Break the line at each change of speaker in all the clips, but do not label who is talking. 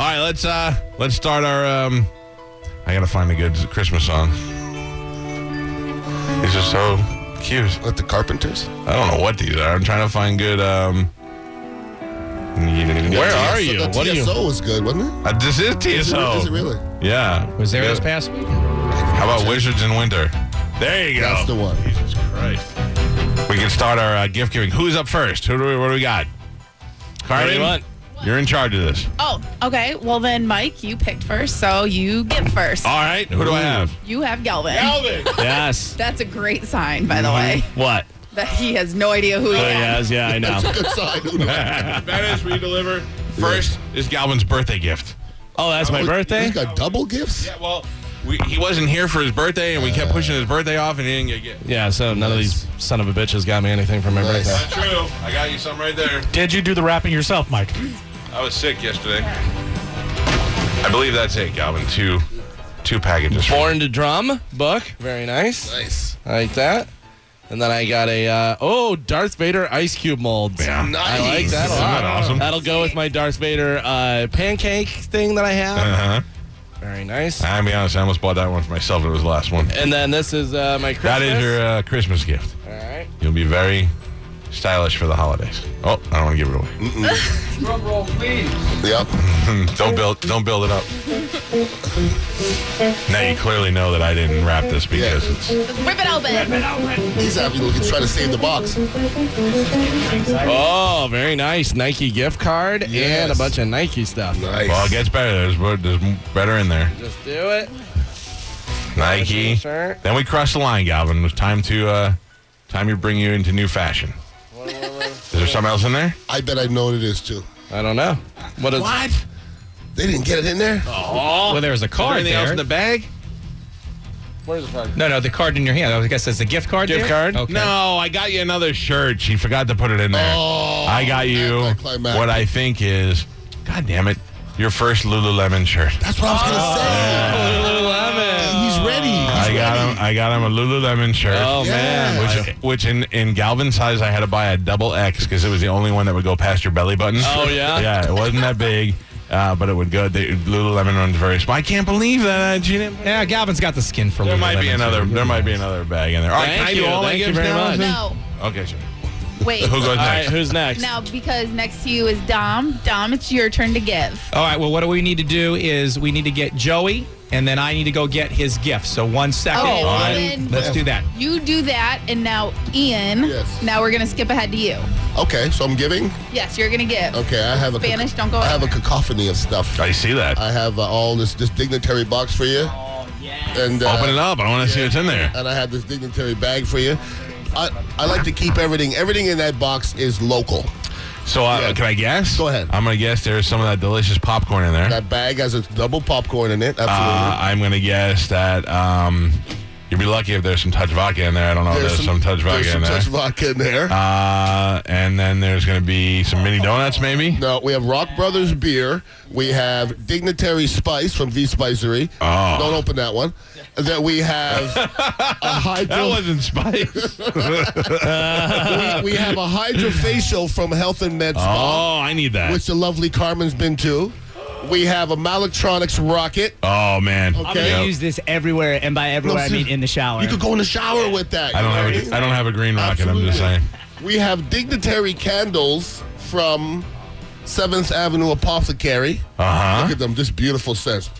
right, let's uh let's start our um I gotta find a good Christmas song. These are so cute.
With the Carpenters?
I don't know what these are. I'm trying to find good um Where are you?
The
What are you? Oh.
TSO was good, wasn't it?
Uh, this is
Is it-
TSO.
Is it really?
Yeah.
Was there
Yeah.
this past week?
How about Wizards in Winter? There you go.
That's the one.
Jesus Christ. We can start our uh, gift giving. Who's up first? Who do we, what do we got? Carmen,
you want?
you're in charge of this.
Oh, okay. Well, then, Mike, you picked first, so you get first.
All right. Who do I
Ooh.
have?
You have Galvin.
Alvin.
Yes.
That's a great sign, by the way,
What?
that he has no idea who he
Oh, yes.
is.
Yeah, I know.
Good sign. Who knows?
that is we deliver. First is Galvin's birthday gift.
Oh, that's my birthday?
He's got double gifts?
Yeah, well, we, he wasn't here for his birthday, and we kept pushing his birthday off, and he didn't get it.
Yeah, so none of these son of a bitches got me anything for my
Nice.
birthday.
True. I got you some right there.
Did you do the wrapping yourself, Mike?
I was sick yesterday. I believe that's it, Galvin. Two, two packages.
Born to Drum book. Very nice.
Nice.
I like that. And then I got a, uh, oh, Darth Vader ice cube mold.
Yeah.
I like that a
Isn't
lot.
that awesome?
That'll go with my Darth Vader uh, pancake thing that I have.
Uh huh.
Very nice.
I'll be honest. I almost bought that one for myself. It was the last one.
And then this is uh, my Christmas.
That is your uh, Christmas gift.
All right.
You'll be very stylish for the holidays. Oh, I don't want to give it away.
Yep.
don't build. Don't build it up. now you clearly know that I didn't wrap this because it's.
Rip it open.
He's happy looking, trying to save the box.
Oh, very nice Nike gift card and a
Yes.
bunch of Nike stuff.
Nice.
Well, it gets better. There's, mo- there's m- better in there.
Just do it.
Nike.
Sure.
Then we crossed the line, Galvin. It was time to uh, time to bring you into new fashion. Is there something else in there?
I bet I know what it is, too.
I don't know. What is?
They didn't get it in there?
Oh.
Well, there was a
Is there
card
anything
there.
else in the bag?
Where's the card?
no, no, the card in your hand. I guess that's the gift card. there?
Gift card?
Okay.
No, I got you another shirt. She forgot to put it in there.
Oh,
I got you
anticlimactic.
what I think is, God damn it, your first Lululemon shirt.
That's what I was going
Oh,
to say.
Lululemon.
He's ready. He's
I got
ready.
him. I got him a Lululemon shirt.
Oh
Yeah.
man.
Which, which in, in Galvin size, I had to buy a double X because it was the only one that would go past your belly button.
Oh, yeah?
yeah, it wasn't that big, uh, but it would go. The Lululemon runs very small. I can't believe that uh, she didn't.
Yeah, Galvin's got the skin for
There might be
Lululemon,
another.
too.
There might be another bag in there. All right,
Thank
can I do
you.
all my
Thank you
gifts
very
now?
much.
No,
Okay, sure.
wait.
Who goes
All right.
next?
Who's next?
Now, because next to you is Dom. Dom, it's your turn to give.
All right, well, what do we need to do is we need to get Joey, and then I need to go get his gift. So one second.
Oh, well,
One-
then-
let's do that.
You do that, and now Ian.
Yes.
Now we're gonna skip ahead to you.
Okay, so I'm giving.
Yes, you're gonna give.
Okay, I have a
Spanish, don't go
I have a
anywhere.
cacophony of stuff.
I see that.
I have uh, all this this dignitary box for you.
Oh,
And uh,
Open it up. I want to see what's in there.
and I have this dignitary bag for you. I, I like to keep everything. Everything in that box is local.
So uh,
Yeah.
can I guess?
Go ahead.
I'm gonna guess there's some of that delicious popcorn in there.
That bag has a double popcorn in it.
Uh,
Absolutely.
I'm gonna guess that um, you'd be lucky if there's some touch vodka in there. I don't know. if There's, some, touch vodka
there's some
in there.
touch vodka in there.
uh, and then there's gonna be some mini donuts, maybe.
no, we have Rock Brothers beer. We have Dignitary Spice from V Spicery.
Oh.
Don't open that one. That we have a
That
hydro.
wasn't spice.
we, we have a hydrofacial from Health and Med Spa,
oh, I need that.
which the lovely Carmen's been to. We have a Malectronics rocket.
oh man.
I'm gonna
Yep.
use this everywhere, and by everywhere I
see-
mean in the shower.
You could go in the shower with that.
I don't
you know
have.
what
A,
mean?
I don't have a green rocket. I'm just saying.
Absolutely. We have dignitary candles from Seventh Avenue Apothecary.
Uh
Look
huh.
at them, just beautiful scents.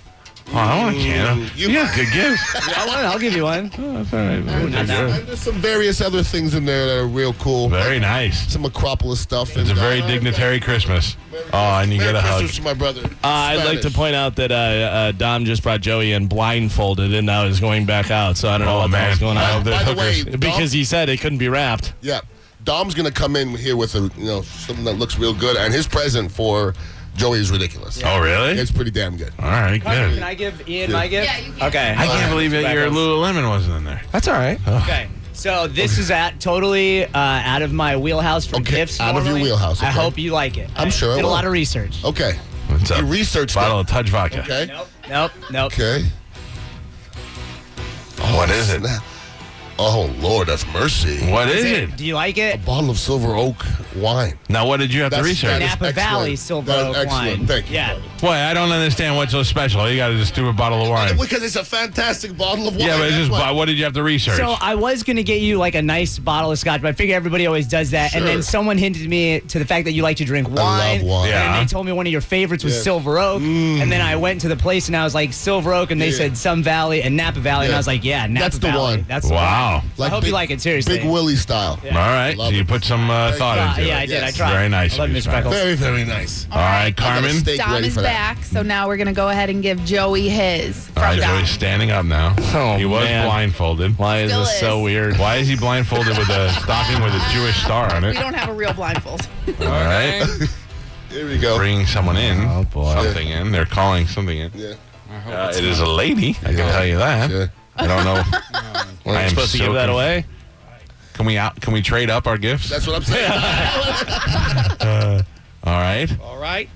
Oh, I want a can.
You-
yeah, good gift.
I want it. I'll give you one.
Oh, that's all right. Good gift.
And there's some various other things in there that are real cool.
Very nice.
Some Acropolis stuff.
It's a
and,
very
uh,
dignitary Christmas. Oh, and you
Merry
get a hug.
Christmas to my brother.
Uh, I'd like
Spanish.
to point out that uh, uh, Dom just brought Joey in blindfolded and now is going back out. So I don't know
Oh,
what the
man.
hell's going
I hope
on.
there's
By the way,
hookers.
Dom,
Because he said it couldn't be wrapped.
yeah, Dom's gonna come in here with a you know something that looks real good, and his present for Joey is ridiculous.
Oh, really?
It's pretty damn good.
All right, good.
Can I give Ian my gift?
Yeah, you can.
Okay.
I can't believe that your
Back on.
Lululemon wasn't in there.
That's all right.
Okay. So this is at totally uh, out of my wheelhouse for
Okay,
gifts.
out of your
normally.
wheelhouse,
I
okay.
hope you like it.
I'm
I
sure I
Did
will. Oh.
a lot of research.
Okay,
What's up?
you researched
Bottle
that.
of Touch Vodka.
Okay.
Nope. Nope. Nope.
Okay.
Oh, What is it?
Snap. Oh Lord, that's mercy.
What is, it?
Do you like it?
Bottle of Silver Oak wine.
Now, what did you have to research?
that is
Napa
excellent.
Valley Silver
That is
Oak
excellent.
wine.
Thank you.
Yeah.
brother.
Boy, I don't understand what's so special. You got a stupid bottle of wine.
Because it's a fantastic bottle of wine.
Yeah, but it's
that's
just
why-
what did you have to research?
So I was gonna get you like a nice bottle of scotch, but I figure everybody always does that. And
Sure.
then someone hinted me to the fact that you like to drink wine.
love wine.
Yeah.
And then they told me one of your favorites was
Yeah. Mm.
Silver Oak. And then I went to the place and I was like Silver Oak, and they
Yeah.
said Sun Valley and Napa Valley, and
Yeah.
I was like, yeah, Napa
That's the
Valley.
one.
That's the
Wow.
one. I hope you like it seriously.
Big Willie style.
All right,
Love
so you
it.
put some uh, thought
Uh,
into
yeah, I
it.
did. I
Yes.
tried.
Very nice
I love
of you,
Miss
Spencer.
Freckles.
Very, very nice.
All right, Carmen.
steak
Dom
ready
is
for that.
back, so now we're gonna go ahead and give Joey his. From
All right,
Dom.
Joey's standing up now.
Oh,
he was
man.
blindfolded.
Why is
Still
this so
is.
weird?
Why is he blindfolded with a stocking with a Jewish star on
We
it?
don't have a real blindfold.
All right,
Here we go.
bringing someone in.
Oh, boy.
something in. They're calling something in.
Yeah.
Uh, it is a lady. I can tell you that.
Yeah.
I don't know. I am
supposed to
so
give that
conf-
away?
Can we out? Can we trade up our gifts?
That's what I'm saying.
All right,
All right.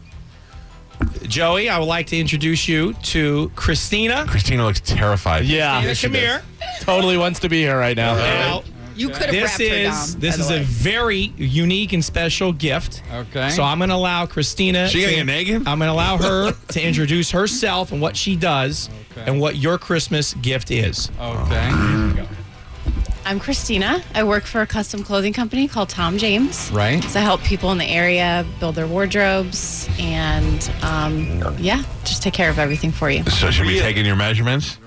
Joey, I would like to introduce you to Christina.
Christina looks terrified.
Yeah.
Christina, come here.
Totally wants to be here right now.
Now,
You could have
this
wrapped her,
is
Dom,
this
by the
is a
way.
very unique and special gift.
Okay.
So I'm going to allow Christina.
She gonna
to-
get naked?
I'm going to allow her to introduce herself and what she does
Okay.
and what your Christmas gift is.
Okay.
I'm Christina. I work for a custom clothing company called Tom James.
Right.
So I help people in the area build their wardrobes and, um, yeah, just take care of everything for you.
So should we take in your measurements?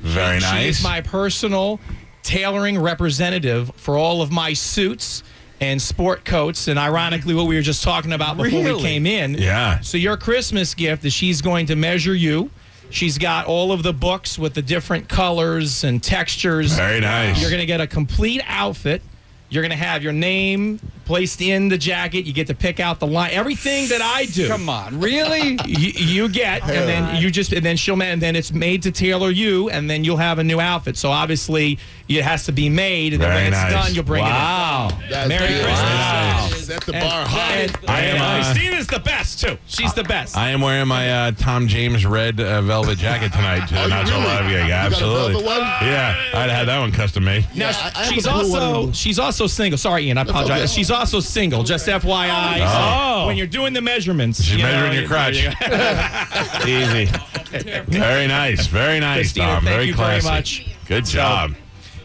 Very
She
nice.
is my personal tailoring representative for all of my suits and sport coats, and ironically, what we were just talking about before we
Really?
came in.
Yeah.
So your Christmas gift is she's going to measure you. She's got all of the books with the different colors and textures.
Very nice.
You're going to get a complete outfit. You're going to have your name placed in the jacket. You get to pick out the line. Everything that I do
Come on. Really?
you, you get, and then you just, and then she'll, ma- and then it's made to tailor you, and then you'll have a new outfit. So obviously, it has to be made, and then
Very
when
nice.
it's done, you'll bring
Wow.
it.
That's
Merry
good.
Christmas.
Wow.
Set the
in. And-
bar high.
and-
I am,
and
uh,
Christina's the best too. She's the best.
I am wearing my uh, Tom James red uh, velvet jacket tonight to the
Oh, you
Not So
really?
Live gig.
You got a
Absolutely.
velvet one?
Yeah, I'd have that one custom made.
now
Yeah, I- I have
she's
a blue one
also
and a-
she's also single. Sorry, Ian, I apologize.
okay.
She's also single. Just FYI, So
Oh.
when you're doing the measurements,
She's
you know,
measuring your
there
crotch.
you go.
Easy. Very nice. Very nice,
Christina,
Tom.
thank
very
you very
classy.
much.
Good job.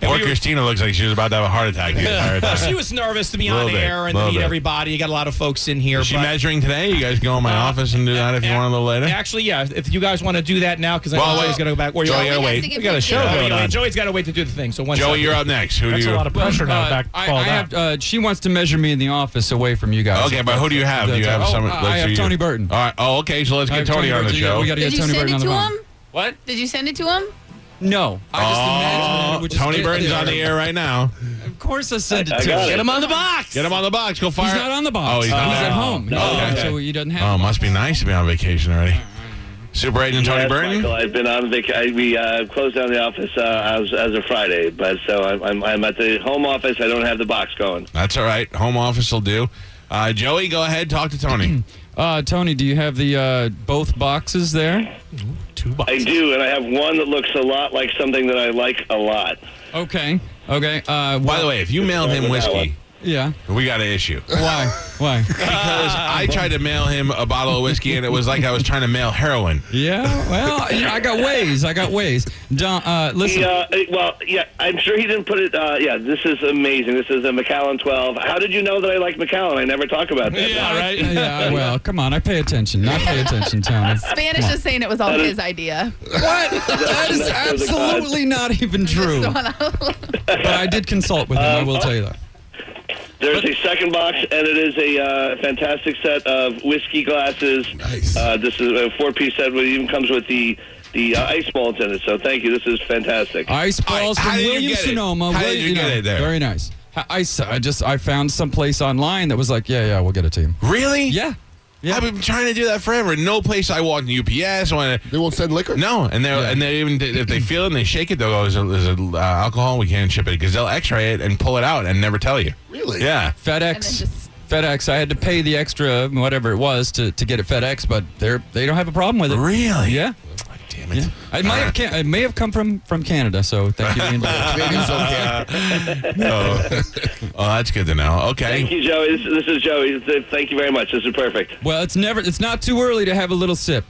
Poor
we were-
Christina looks like she was about to have a heart attack. The entire time.
she was nervous to be
Little
on
bit,
air and to
little
meet
bit.
everybody. You got a lot of folks in here.
Is she
but-
measuring today? You guys go in my office and do that if you
Ac-
want a little later.
Actually, yeah. if- If you guys want to do that now, because I
Well,
know
wait.
Joey's going to go back. Where you
Joey,
are.
gotta
has
wait.
to get
We got a
picked
show
up.
Oh,
going
you-
on.
Joey's got to wait to do the thing. So one
Joey,
second.
you're up next. Who do you?
pressure
Uh, I, I have, uh, she wants to measure me in the office away from you guys.
Okay, but who do you have? Do you have
oh,
someone?
I- I
let's
have
see you.
Tony Burton.
All right. Oh, okay. So let's
I
get
have
Tony, on the
Burton.
show.
We got to
Did you
get Tony
send it
Burton on the
to
phone.
him?
What?
Did you send it to him?
No, I just imagined that it
Oh,
would just
Tony
get
Burton's
there.
on the air right now.
Of course, I sent it to him.
Get him on the box.
Get him on the box. Go fire.
He's not on the box.
Oh, he's not on.
at home.
Oh, okay.
So he doesn't
Oh,
have.
must be nice to be on vacation already. Super agent Tony
Yes,
Burton.
Michael, I've been on vac- I, we uh, closed down the office uh, as, as of Friday, but so I'm, I'm, I'm at the home office. I don't have the box going.
That's all right. Home office will do. Uh, Joey, go ahead. Talk to Tony.
Uh, Tony, do you have the uh, both boxes there?
I do, and I have one that looks a lot like something that I like a lot.
Okay. Okay. Uh,
By the way, if you mailed him whiskey,
Yeah.
we got an issue.
Why? Why?
Because I tried to mail him a bottle of whiskey, and it was like I was trying to mail heroin.
Yeah, well, yeah, I got ways. I got ways. Don, uh, listen.
He, uh, well, yeah, I'm sure he didn't put it. Uh, yeah, this is amazing. This is a McAllen 12. How did you know that I like McAllen? I never talk about that.
yeah, right. Yeah, well, come on. I pay attention. Not pay attention, Tony.
Spanish is saying it was all his idea.
What? That is absolutely not even true. But I did consult with him.
Um,
I
oh.
will tell you that.
There's a second box, and it is a uh, fantastic set of whiskey glasses.
Nice.
Uh, this is a four-piece set. It even comes with the the uh, ice balls in it. So thank you. This is fantastic.
Ice
I-
balls
how
from
did you
William
get it?
Sonoma.
How did
William-
you get it there?
Very nice. I, I s- I just I found someplace online that was like, yeah, yeah, we'll get it to you.
Really?
Yeah. Yeah.
I've been trying to do that forever. No place I walk in UPS. When
They won't send liquor?
no, and they are and they even if they feel it and they shake it, they'll go, "Is it, is it uh, alcohol? We can't ship it because they'll X-ray it and pull it out and never tell you."
Really?
Yeah.
And then
FedEx.
just-
FedEx. I had to pay the extra whatever it was to, to get it FedEx, but they're they don't have a problem with it.
Really?
Yeah.
damn it.
I might have can- I may have come from from Canada, so thank you. for the invitation.
Canadians don't care.
Oh, oh, that's good to know. Okay.
Thank you, Joey. This, this is Joey. Th- Thank you very much. This is perfect.
well, it's never it's not too early to have a little sip.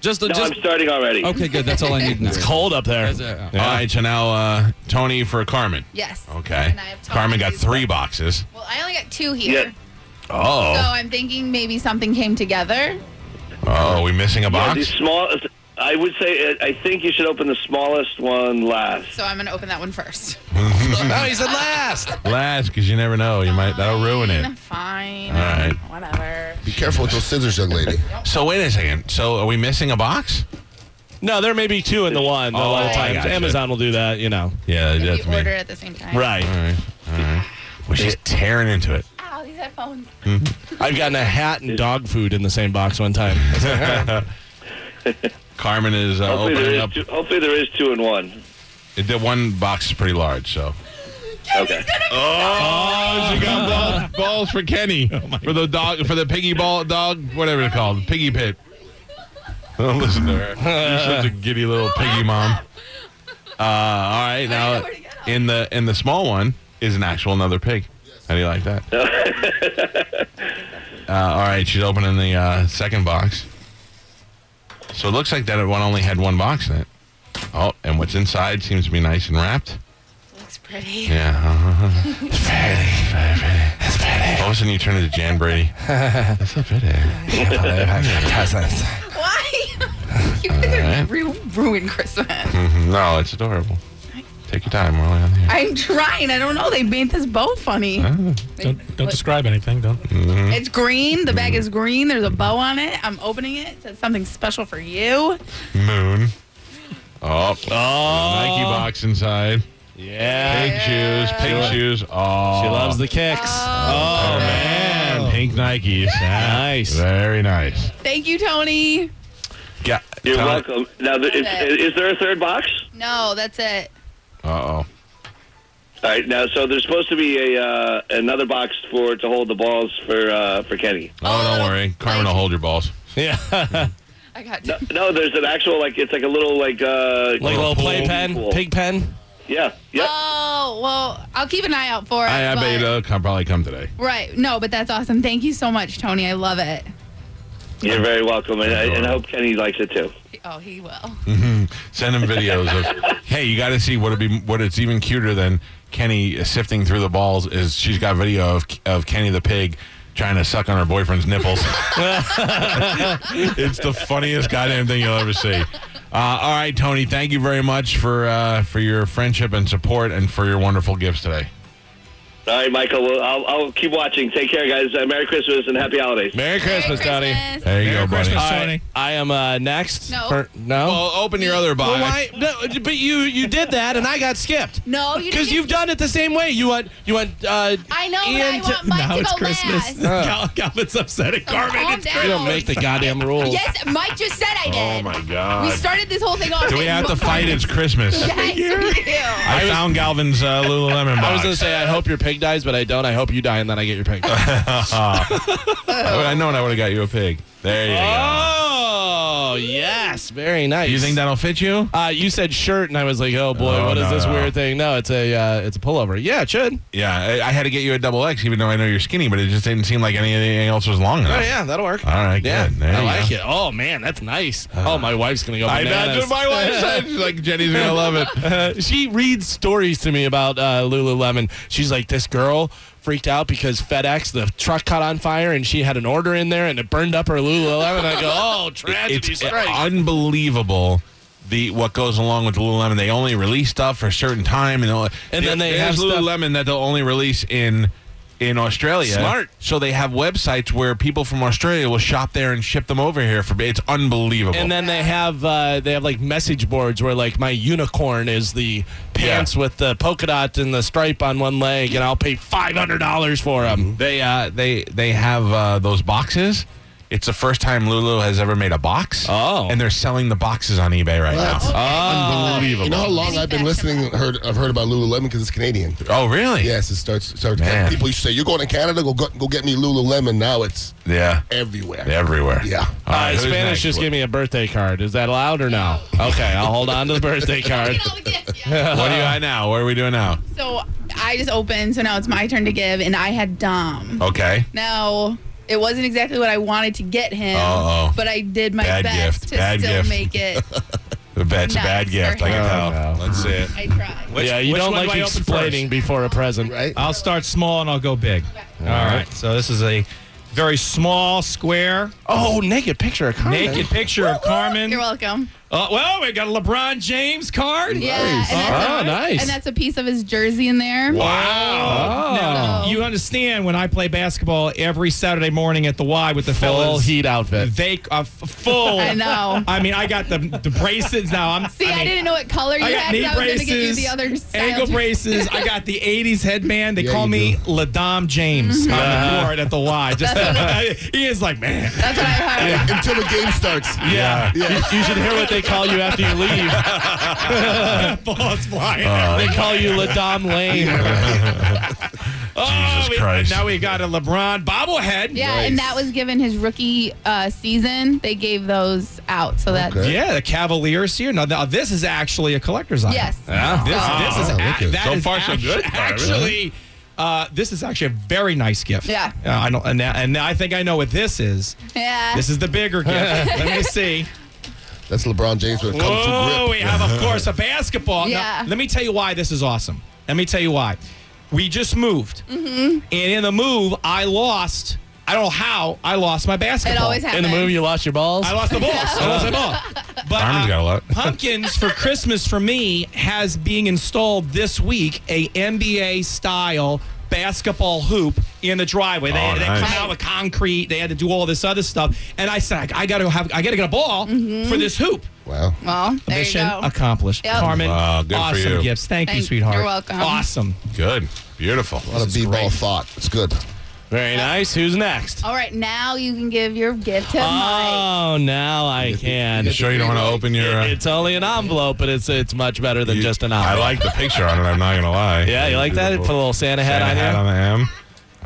Just a,
No,
just
I'm starting already.
okay, good. That's all I need. to know.
It's cold up there.
That's, uh,
All right, so now uh, Tony for Carmen.
Yes.
Okay.
And I have Tony
Carmen got
who's-
three boxes.
Well, I only got two here.
Oh.
So I'm thinking maybe something came together.
Oh, we missing a
Yeah,
box?
Uh, the small. I would say uh, I think you should open the smallest one last.
So I'm going to open that one first.
Oh,
No, he said last.
Last, because you never know. You might that'll ruin it.
Fine.
All right.
Whatever.
Be careful with those scissors, young lady.
So wait a second. So are we missing a box?
No, there may be two in the one a lot
Oh, I
of times.
gotcha.
Amazon will do that, you know.
Yeah,
If
that's
you order
me.
at the same time.
Right.
All right. All right. Well, she's tearing into it.
Ow, these headphones.
I've gotten a hat and dog food in the same box one time.
Carmen is uh,
Hopefully there
opening
is.
up.
Two, hopefully there is two in one.
The one box is pretty large, so.
Okay.
Oh, she got balls, balls for Kenny for the dog for the piggy ball dog whatever it's called piggy pit. Don't listen to her. You're such a giddy little piggy mom. Uh, all right, now in the in the small one is an actual another pig. How do you like that? uh,
Uh,
all right, she's opening the uh, second box. So it looks like that one only had one box in it. Oh, and what's inside seems to be nice and wrapped.
Looks pretty.
Yeah. uh-huh. It's pretty, very pretty. It's pretty. All of a sudden you turn into Jan Brady. That's so pretty.
Why? you guys are
right.
ru- ruin Christmas.
Mm-hmm. no, it's adorable. Take your time. We're only on here.
I'm trying. I don't know. They made this bow funny.
Don't, don't describe anything. Don't.
Mm-hmm.
It's green. The bag is green. There's a bow on it. I'm opening it. It says something special for you.
Moon. Oh, oh. Nike box inside.
yeah.
Pig shoes. Pig shoes. Oh.
She loves the kicks.
Um,
Oh, man.
And pink Nikes.
Nice.
Very nice.
Thank you, Tony.
Yeah.
You're welcome. Now, th- is,
Okay.
is there a third box?
No, that's it.
Uh oh.
All right. Now, so there's supposed to be a uh, another box for to hold the balls for uh, for Kenny.
Oh, don't worry. Carmen will hold your balls.
Yeah.
I got
No, no, there's an actual like it's like a little like uh,
like a little play
pool.
pen, pig pen.
Yeah. Yep.
Oh, well, I'll keep an eye out for it.
I, I
but-
bet it'll come, probably come today.
Right. No, but that's awesome. Thank you so much, Tony. I love it.
You're very welcome, and, I- and I hope Kenny likes it too.
Oh, he will.
Send him videos of, hey, you got to see what it be. What it's even cuter than Kenny sifting through the balls is she's got video of of Kenny the pig trying to suck on her boyfriend's nipples. it's the funniest goddamn thing you'll ever see. Uh, all right, Tony, thank you very much for uh, for your friendship and support and for your wonderful gifts today.
All right, Michael. Well, I'll, I'll keep watching. Take care, guys. Uh, Merry Christmas and happy holidays.
Merry Christmas, Tony.
There you
Merry
go, buddy.
Christmas.
All right,
Tony.
I am uh, next.
No.
For- no. Oh,
Well, oh, open your other box.
Well, why? No, but you you did that, and I got skipped.
No, Oh, you
Because
didn't-
you've done it the same way. You want you want. Uh,
I know,
Ian
but I
to-
want Mike
now
to
it's
go
Christmas.
last.
Gal- Galvin's upset at Carmen.
Calm
It's
down.
you don't make the goddamn rules.
Yes, Mike just said I did.
Oh my
We
god.
started this whole thing off.
Do we have to fight? It's Christmas.
Yes, we do.
I found Galvin's uh, Lululemon box.
I was gonna say I hope your pig dies, but I don't. I hope you die, and then I get your pig.
I know, and I would have got you a pig. There you go.
oh yes, very nice.
Do you think that'll fit you?
Uh, you said shirt, and I was like, oh boy,
Oh,
what is
no,
this
no.
weird thing? No, it's a uh, it's a pullover. Yeah, it should.
Yeah, I, I had to get you a double X, even though I know you're skinny, but it just didn't seem like anything else was long enough.
Oh yeah, that'll work.
All right,
Yeah,
good. There
I
you
like
go. Uh,
it. Oh man, that's nice. oh, my wife's gonna go.
I
bananas.
imagine my wife said, she's like, Jenny's going to love it.
Uh, she reads stories to me about uh, Lululemon. She's like, this girl freaked out because FedEx, the truck caught on fire, and she had an order in there, and it burned up her Lululemon. I go, oh, tragedy
It's
strikes.
unbelievable. The, what goes along with Lululemon? They only release stuff for a certain time, and, they'll-
And then they
there's
have stuff-
Lululemon that they'll only release in in Australia.
Smart.
So they have websites where people from Australia will shop there and ship them over here for. It's unbelievable.
and then they have uh, they have like message boards where like my unicorn is the pants with the polka dot and the stripe on one leg,
Mm-hmm.
and I'll pay five hundred dollars for them.
They uh, they they have uh, those boxes, It's the first time Lulu has ever made a box.
Oh.
And they're selling the boxes on eBay right
That's
now. Unbelievable.
You know how long I've been listening? Heard I've heard about Lululemon because it's Canadian.
Oh, really?
Yes, it starts. starts
Man.
people used to say, "You're going to Canada? Go go, go get me Lululemon." Now it's
Yeah.
everywhere.
Everywhere.
Yeah.
All right,
who's
uh, Spanish
next?
just gave me a birthday card. Is that allowed or no? Okay, I'll hold on to the birthday card.
What do
Uh.
you got now? What are we doing now?
So I just opened, so now it's my turn to give, and I had Dom.
Okay.
Now it wasn't exactly what I wanted to get him,
Uh-oh.
but I did my
Bad
best
gift.
to
Bad
still
gift.
make it.
That's a
Nice
bad
for
gift. I can
Oh,
him.
tell. Let's see it.
I tried.
yeah, you
which
don't
one
like
do I open
explaining before a present.
Right.
I'll start small and I'll go big. All right. So this is a very small square
Oh, naked picture of Carmen.
naked picture of Carmen.
You're welcome.
Uh, well, we got a LeBron James card.
Yeah.
Nice.
And that's
Oh,
a,
nice.
And that's a piece of his jersey in there.
Wow. Now,
Oh.
you understand when I play basketball every Saturday morning at the Y with the
Full
fellas.
heat outfit.
They are f- full.
I know.
I mean, I got the, the braces now. I'm.
See, I,
mean,
didn't know what color you
I got
had.
knee
so I was going to get you
braces,
the other style
ankle
too.
braces. I got the '80s headband. They
Yeah,
call
you
me
do.
Ladom James
Mm-hmm.
on the court at the Y. Just he is like, man.
That's what I had.
Until the game starts.
Yeah,
You should hear what they call you after you leave.
balls flying.
Oh,
They call you Ladom Lame.
Oh,
Jesus
we-
Christ.
Now we got a LeBron bobblehead.
Yeah, and that was given his rookie uh, season. They gave those out, so that's
Okay.
Yeah, the Cavaliers here. Now, now this is actually a collector's item.
Yes.
Yeah, this, this is
Wow.
a-
Okay.
that
Oh, So
is
far, so
actu-
good, Byron.
Actually, uh, this is actually a very nice gift.
Yeah.
Uh, I know, and, now- and now I think I know what this is.
yeah.
This is the bigger gift. Let me see.
That's LeBron James with a kung fu grip.
Whoa, we have, of course, a basketball. Now,
Yeah.
let me tell you why this is awesome. Let me tell you why. We just moved.
Mm-hmm.
And in the move, I lost. I don't know how I lost my basketball.
it always
In
happens.
the movie, you lost your balls.
I lost the balls. I lost my ball. But uh,
Carmen's got a lot.
pumpkins for Christmas for me has being installed this week a NBA style basketball hoop in the driveway. They,
Oh,
they
nice.
come out with concrete. They had to do all this other stuff. And I said, I, I gotta have, I gotta get a ball
Mm-hmm.
for this hoop.
Wow.
well, there you
Mission
go.
accomplished.
Yep.
Carmen,
Wow, good for
awesome
you.
gifts. Thank, you,
Thank-
sweetheart.
you're welcome.
Awesome.
Good. Beautiful.
A lot of b-ball thought. It's good.
Very nice. Who's next?
All right, now you can give your gift to
Ah.
Mike.
Oh, now I can.
You sure you don't want to open your? Uh,
It's only an envelope, but it's it's much better than
you-
just an envelope.
I like the picture on it. I'm not gonna lie.
Yeah, you like that? Put a little Santa hat
Santa
on
hat
there.
on the M.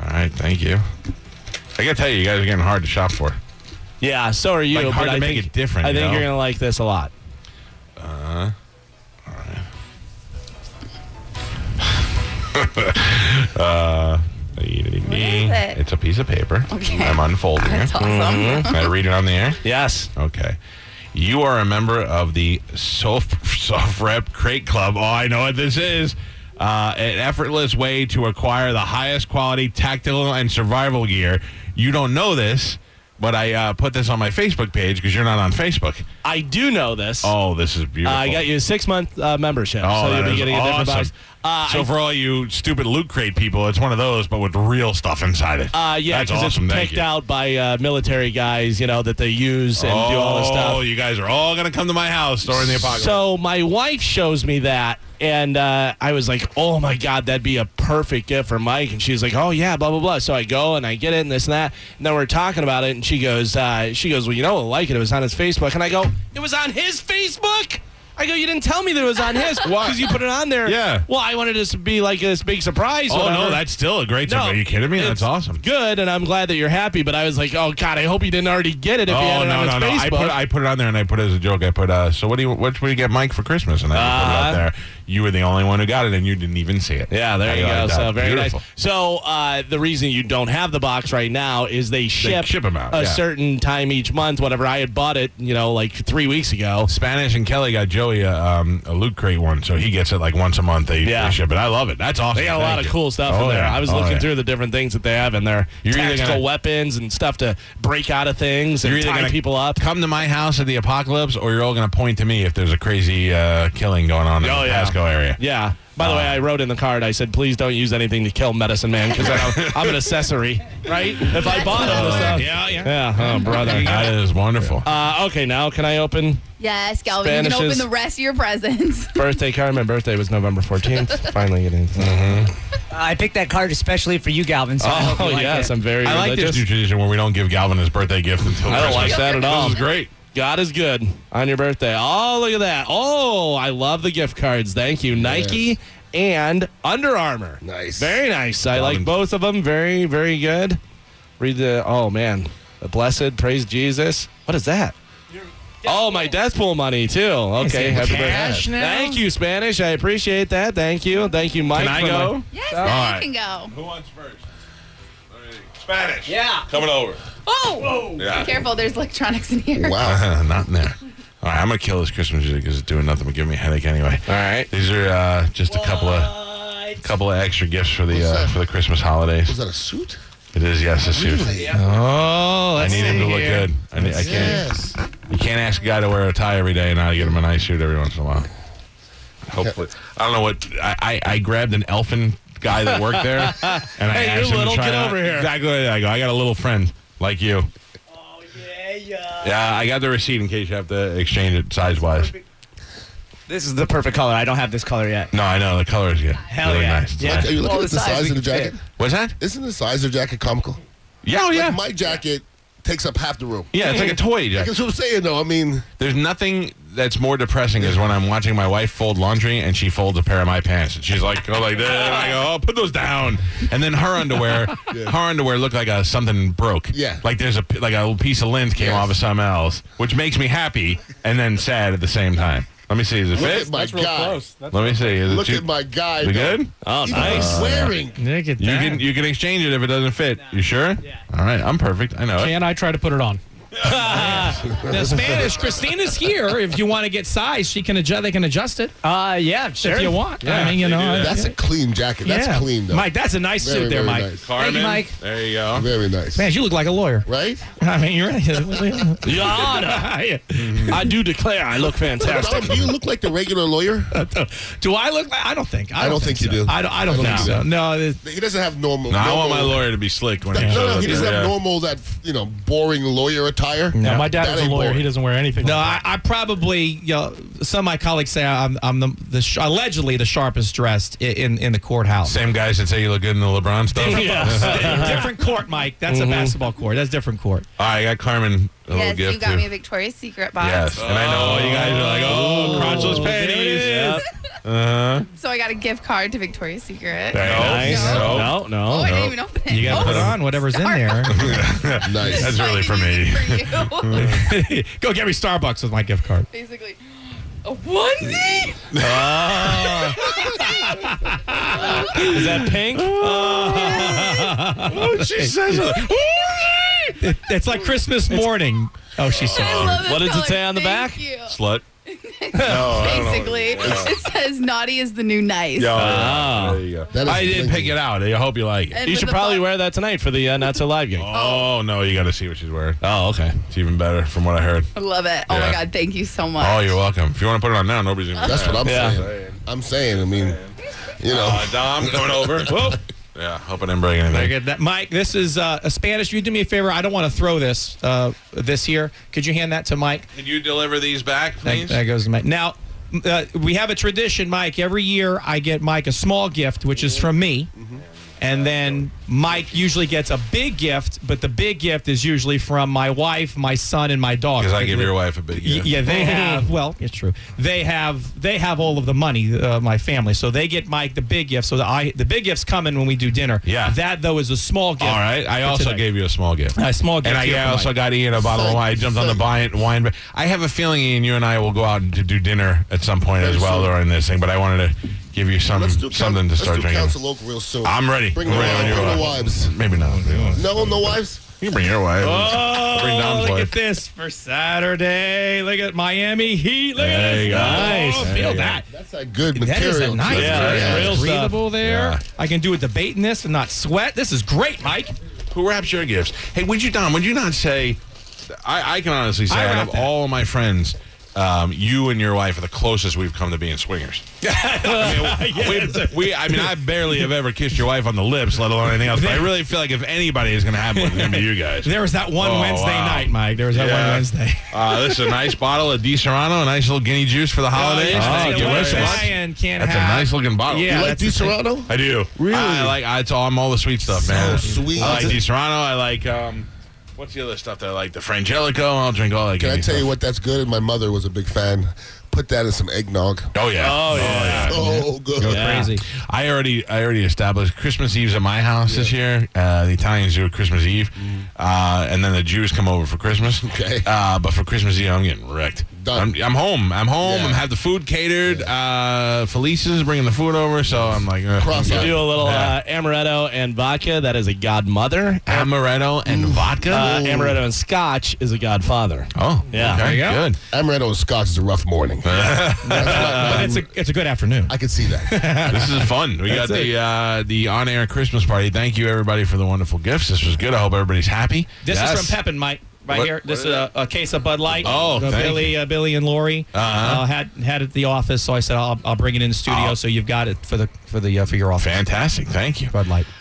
All right, thank you. I gotta tell you, you guys are getting hard to shop for.
Yeah, so are you.
Like, hard
but
to
I
make
think,
it different,
I
you
think
know?
you're gonna like this a lot.
it?
It's a piece of paper.
Okay.
I'm unfolding
That's
it.
awesome.
Can I read it on the air?
Yes.
Okay. You are a member of the Soft, soft Rep Crate Club. Oh, I know what this is. Uh, an effortless way to acquire the highest quality tactical and survival gear. You don't know this, but I uh, put this on my Facebook page because you're not on Facebook.
I do know this.
Oh, this is
Uh,
beautiful.
I got you a six month uh, membership,
Oh,
so
that
you'll be
is
getting a different
awesome.
box. Uh,
so
I-
for all you stupid loot crate people, it's one of those, but with real stuff inside it.
uh, yeah,
that's
because
awesome.
it's
Thank
picked
you.
out by uh, military guys, you know, that they use and do all this stuff.
Oh, you guys are all gonna come to my house during the apocalypse.
So my wife shows me that, and uh, I was like, "Oh my god, that'd be a perfect gift for Mike." And she's like, "Oh yeah, blah blah blah." So I go and I get it and this and that. And then we're talking about it, and she goes, uh, "She goes, well, you know, I like it. It was on his Facebook." And I go, "It was on his Facebook." I go, you didn't tell me that it was on his because you put it on there.
Yeah.
Well, I wanted this to be like this big surprise.
oh
whatever.
no, that's still a great. surprise. are you kidding me? That's
it's
awesome.
Good, and I'm glad that you're happy. But I was like, oh god, I hope you didn't already get it. If you
Oh
had it
no
on
no
his
no!
Facebook.
I put I put it on there and I put it as a joke. I put uh. So what do you what would you get Mike for Christmas? And I put it
Uh-huh.
out there. You were the only one who got it and you didn't even see it.
Yeah, there
I
you go.
like that.
So very
Beautiful.
nice. So uh, the reason you don't have the box right now is they ship,
ship 'em out,
a
yeah.
certain time each month. Whatever I had bought it, you know, like three weeks ago.
Spanish and Kelly got Joey a, um, a loot crate one, so he gets it like once a month. They,
Yeah.
they ship it. I love it. That's awesome.
They got a
Thank
lot of
you.
cool stuff
Oh,
in there.
yeah.
I was
Oh,
looking
yeah.
through the different things that they have in there.
You're either
tactical
gonna-
weapons and stuff to break out of things and
You're either
tie
gonna
people up.
Come to my house at the apocalypse, or you're all going to point to me if there's a crazy uh, killing going on in
Oh,
the
yeah.
Pasco area.
Yeah. By the way, I wrote in the card. I said, "Please don't use anything to kill Medicine Man because I'm an accessory, right? If I bought all this stuff,
Yeah, yeah.
yeah, oh brother.
That is wonderful.
Uh, okay, now can I open
Yes, Galvin, you can
Spanishes.
open the rest of your presents.
Oh,
birthday card? My birthday was November 14th. Finally, it is.
I picked that card especially for you, Galvin. So I hope you
Oh,
like
yes,
it.
I'm very
I like this
religious.
new tradition where we don't give Galvin his birthday gift until
I don't
Christmas.
like that at all.
This is great.
God is good on your birthday. Oh, look at that. Oh, I love the gift cards. Thank you, Nike and Under Armour.
Nice.
Very nice. I like
Robin.
both of them. Very, very good. Read the, oh man, the blessed, praise Jesus. What is that? Oh, my death pool money too. Okay,
it
happy
cash
birthday.
now?
Thank you, Spanish. I appreciate that. Thank you. Thank you, Mike.
I
for
go?
my-
Yes, now
right.
you can go.
Who wants first? All right. Spanish.
Yeah.
Coming over.
Oh,
Yeah.
be careful. There's electronics in here.
Wow.
Not in there. All right, I'm gonna kill this Christmas music because it's doing nothing but giving me a headache anyway.
All right.
These are uh, just a couple of
What?
couple of extra gifts for the uh,
that?
for the Christmas holidays.
Was that a suit?
It is yes, a suit.
Oh,
I
let's
need him
see
to look
here.
good. I, need, I can't.
Yes.
You can't ask a guy to wear a tie every day and not get him a nice suit every once in a while. Hopefully, I don't know what I, I, I grabbed an elfin guy that worked there, and I
Hey, you're
asked him
little,
to try
get
it out.
over here.
Exactly. I go. I got a little friend like you.
Oh, yeah, yeah.
Yeah, I got the receipt in case you have to exchange it size wise.
This is the perfect color. I don't have this color yet.
No, I know the colors. Yeah,
Hell
really
yeah.
nice. It's
Yeah.
nice.
Are you looking
Well,
at
the
the
size
size,
we
of the
can
jacket?
fit.
What's that?
Isn't the size of the jacket comical?
Yeah, oh, yeah,
Like my jacket takes up half the room.
yeah. It's like a toy. Jack.
That's what I'm saying, though. I mean,
There's nothing that's more depressing is when I'm watching my wife fold laundry and she folds a pair of my pants and she's like, go like this. And I go, oh, put those down. And then her underwear, her underwear looked like a, something broke.
Yeah.
Like there's a like a piece of lint came
Yes.
off of something else, which makes me happy and then sad at the same time. Let me see. Is it
look
fit?
at my guy.
Let me see. Is
Look
it too-
at my guy.
Is it
though.
good?
Oh,
Even
nice.
what he's wearing.
Look at
You
that.
can you can exchange it if it doesn't fit. You sure?
Yeah.
All right. I'm perfect. I know it.
and I try to put it on.
Now, Spanish, Christina's here. If you want to get size, she can adjust. They can adjust it
Uh, yeah, sure.
if you want. I mean, you know,
That's a clean jacket. That's
yeah.
clean, though.
Mike, that's a nice
very,
suit there,
very
Mike.
Nice.
Carmen.
Mike.
There you go.
Very nice.
Man, you look like a lawyer.
Right?
I mean, you're
Your Honor, I do declare I look fantastic.
Dom, do you look like the regular lawyer?
Do I look like? I don't think. I don't,
think you
so.
do.
I don't. I don't,
I don't
think
think
so.
you do.
No. it-
He doesn't have normal.
No, I
normal
want my lawyer to be slick when he
No,
shows
no,
up.
he doesn't
Yeah.
have normal that you know boring lawyer attire.
No, my dad
That
was a
ain't
lawyer.
boring.
He doesn't wear anything.
No, I,
like
I probably, you know, some of my colleagues say I'm, I'm the, the sh- allegedly the sharpest dressed i- in, in the courthouse.
Same guys that say you look good in the LeBron stuff.
uh-huh.
different court, Mike. That's a basketball court. That's different court.
All right, I got Carmen a little
Yes,
gift
you got
too.
me a Victoria's Secret box.
yes, and I know all you guys are like, oh, crotchless panties.
Yep.
So I got a gift card to Victoria's Secret.
There you go.
Nice.
So,
No,
Oh, I
no.
didn't even open it.
You got to
oh,
put on whatever's in there.
Nice.
That's
so I
really for
can
me.
use it for you.
Go get me Starbucks with my gift card.
Basically, a onesie.
Is that pink?
Oh, she says it.
It- it's like Christmas morning. Oh, she
I
said.
love
What does it
color.
say on the
Thank
back?
you.
Slut. No, I don't know.
Basically, it says naughty is the new nice.
Yeah,
Ah.
there you go.
That is
I did
blinking.
pick it out. I hope you like it.
And
You
with
should
the
probably
bu-
wear that tonight for the uh, not so live gig.
Oh no, you got to see what she's wearing.
Oh, okay.
It's even better from what I heard.
I love it. Oh
Yeah.
my god, thank you so much.
Oh, you're welcome. If you want to put it on now, nobody's gonna.
That's what I'm
Yeah.
saying. I'm saying. I mean, you know,
Uh, Dom coming over. Whoop. Yeah, hope I didn't break anything.
Very good. That, Mike, this is uh, a Spanish. You do me a favor. I don't want to throw this uh, this year. Could you hand that to Mike?
Can you deliver these back,
That,
please?
that goes to Mike. Now, m- uh, we have a tradition, Mike. Every year, I get Mike a small gift, which is from me.
Mm-hmm.
And then Mike usually gets a big gift, but the big gift is usually from my wife, my son, and my dog.
Because I give your wife a big
Y-
gift.
Yeah, they have. Well, it's true. They have. They have all of the money. Uh, my family, so they get Mike the big gift. So the I the big gift's coming when we do dinner.
Yeah.
That though is a small gift.
All right. I
for
also
today.
gave you a small gift.
a small gift.
And I
here for
also
Mike.
got Ian a bottle of
Thank-
wine. I jumped on the wine. wine. ba- I have a feeling Ian, you and I will go out and to do dinner at some point as
Very
well
soon.
during this thing. But I wanted to give you some
let's do
Um, something
coun-
to start
let's do
drinking.
Council Oak real soon.
I'm ready.
Bring
I'm
the
ready
wives.
when you
Bring
are.
the wives.
Maybe not.
No, no wives.
You can bring your wife.
Oh,
bring Dom's
look
wife.
at this for Saturday. Look at Miami Heat. Look at
There
this.
you go.
Nice.
There
feel
you go.
that.
That's a good
That
material.
is a nice,
too.
Yeah, that's
very
real stuff.
breathable there.
Yeah.
I can do a debate in this and not sweat. This is great, Mike.
Who wraps your gifts? Hey, would you, Don, would you not say, I, I can honestly say,
I
out
wrap
of
that.
all my friends, um, you and your wife are the closest we've come to being swingers.
Ah,
I mean, we, we, I mean, I barely have ever kissed your wife on the lips, let alone anything else. But I really feel like if anybody is going to have one, it's going to be you guys.
There was that one
one
Wednesday night, Mike. There was that one Wednesday.
Uh, this is a nice bottle of Di Serrano, a nice little guinea juice for the
Oh,
holidays. Thank you.
what
very much.
Ryan can't
That's a
have.
nice looking bottle.
Yeah,
you like
that's
Di
the thing.
Serrano?
I do. Really? I like. I, it's all. I'm all the sweet stuff, man.
sweet.
I like Di Serrano. I like. Um, what's the other stuff that I like? The Frangelico. I'll drink all that.
Can I
guinea
tell you
stuff.
what that's good? And my mother was a big fan. Put that in some eggnog.
Oh yeah. Oh yeah.
Oh, good.
Crazy.
I already I already established Christmas Eve's at my house this year. Uh, the Italians do it Christmas Eve, uh, and then the Jews come over for Christmas.
Okay.
Uh, but for Christmas Eve, I'm getting wrecked.
Done.
I'm, I'm home. I'm home.
Yeah.
I'm have the food catered. Uh, Felice's bringing the food over, so I'm like uh,
Cross-eyed.
You do a little
Yeah.
uh, amaretto and vodka. That is a godmother.
amaretto and vodka.
Uh, amaretto and scotch is a godfather.
oh,
Yeah.
Okay,
There you
go.
Good.
Amaretto and scotch is a rough morning. That's what-
But it's a it's a good afternoon.
I can see that.
this is fun. We got the uh, the on air Christmas party. Thank you everybody for the wonderful gifts. This was good. I hope everybody's happy.
This
Yes.
is from Pepin, Mike. Right
What-
here. This
what
is
is
a, a case of Bud Light.
Oh,
Uh,
thank
Billy, Uh, Billy and Lori uh
Uh-huh.
had had it at the office, so I said I'll, I'll bring it in the studio,
Oh.
so you've got it for the for the uh, for your office.
Fantastic. Thank you.
Bud Light.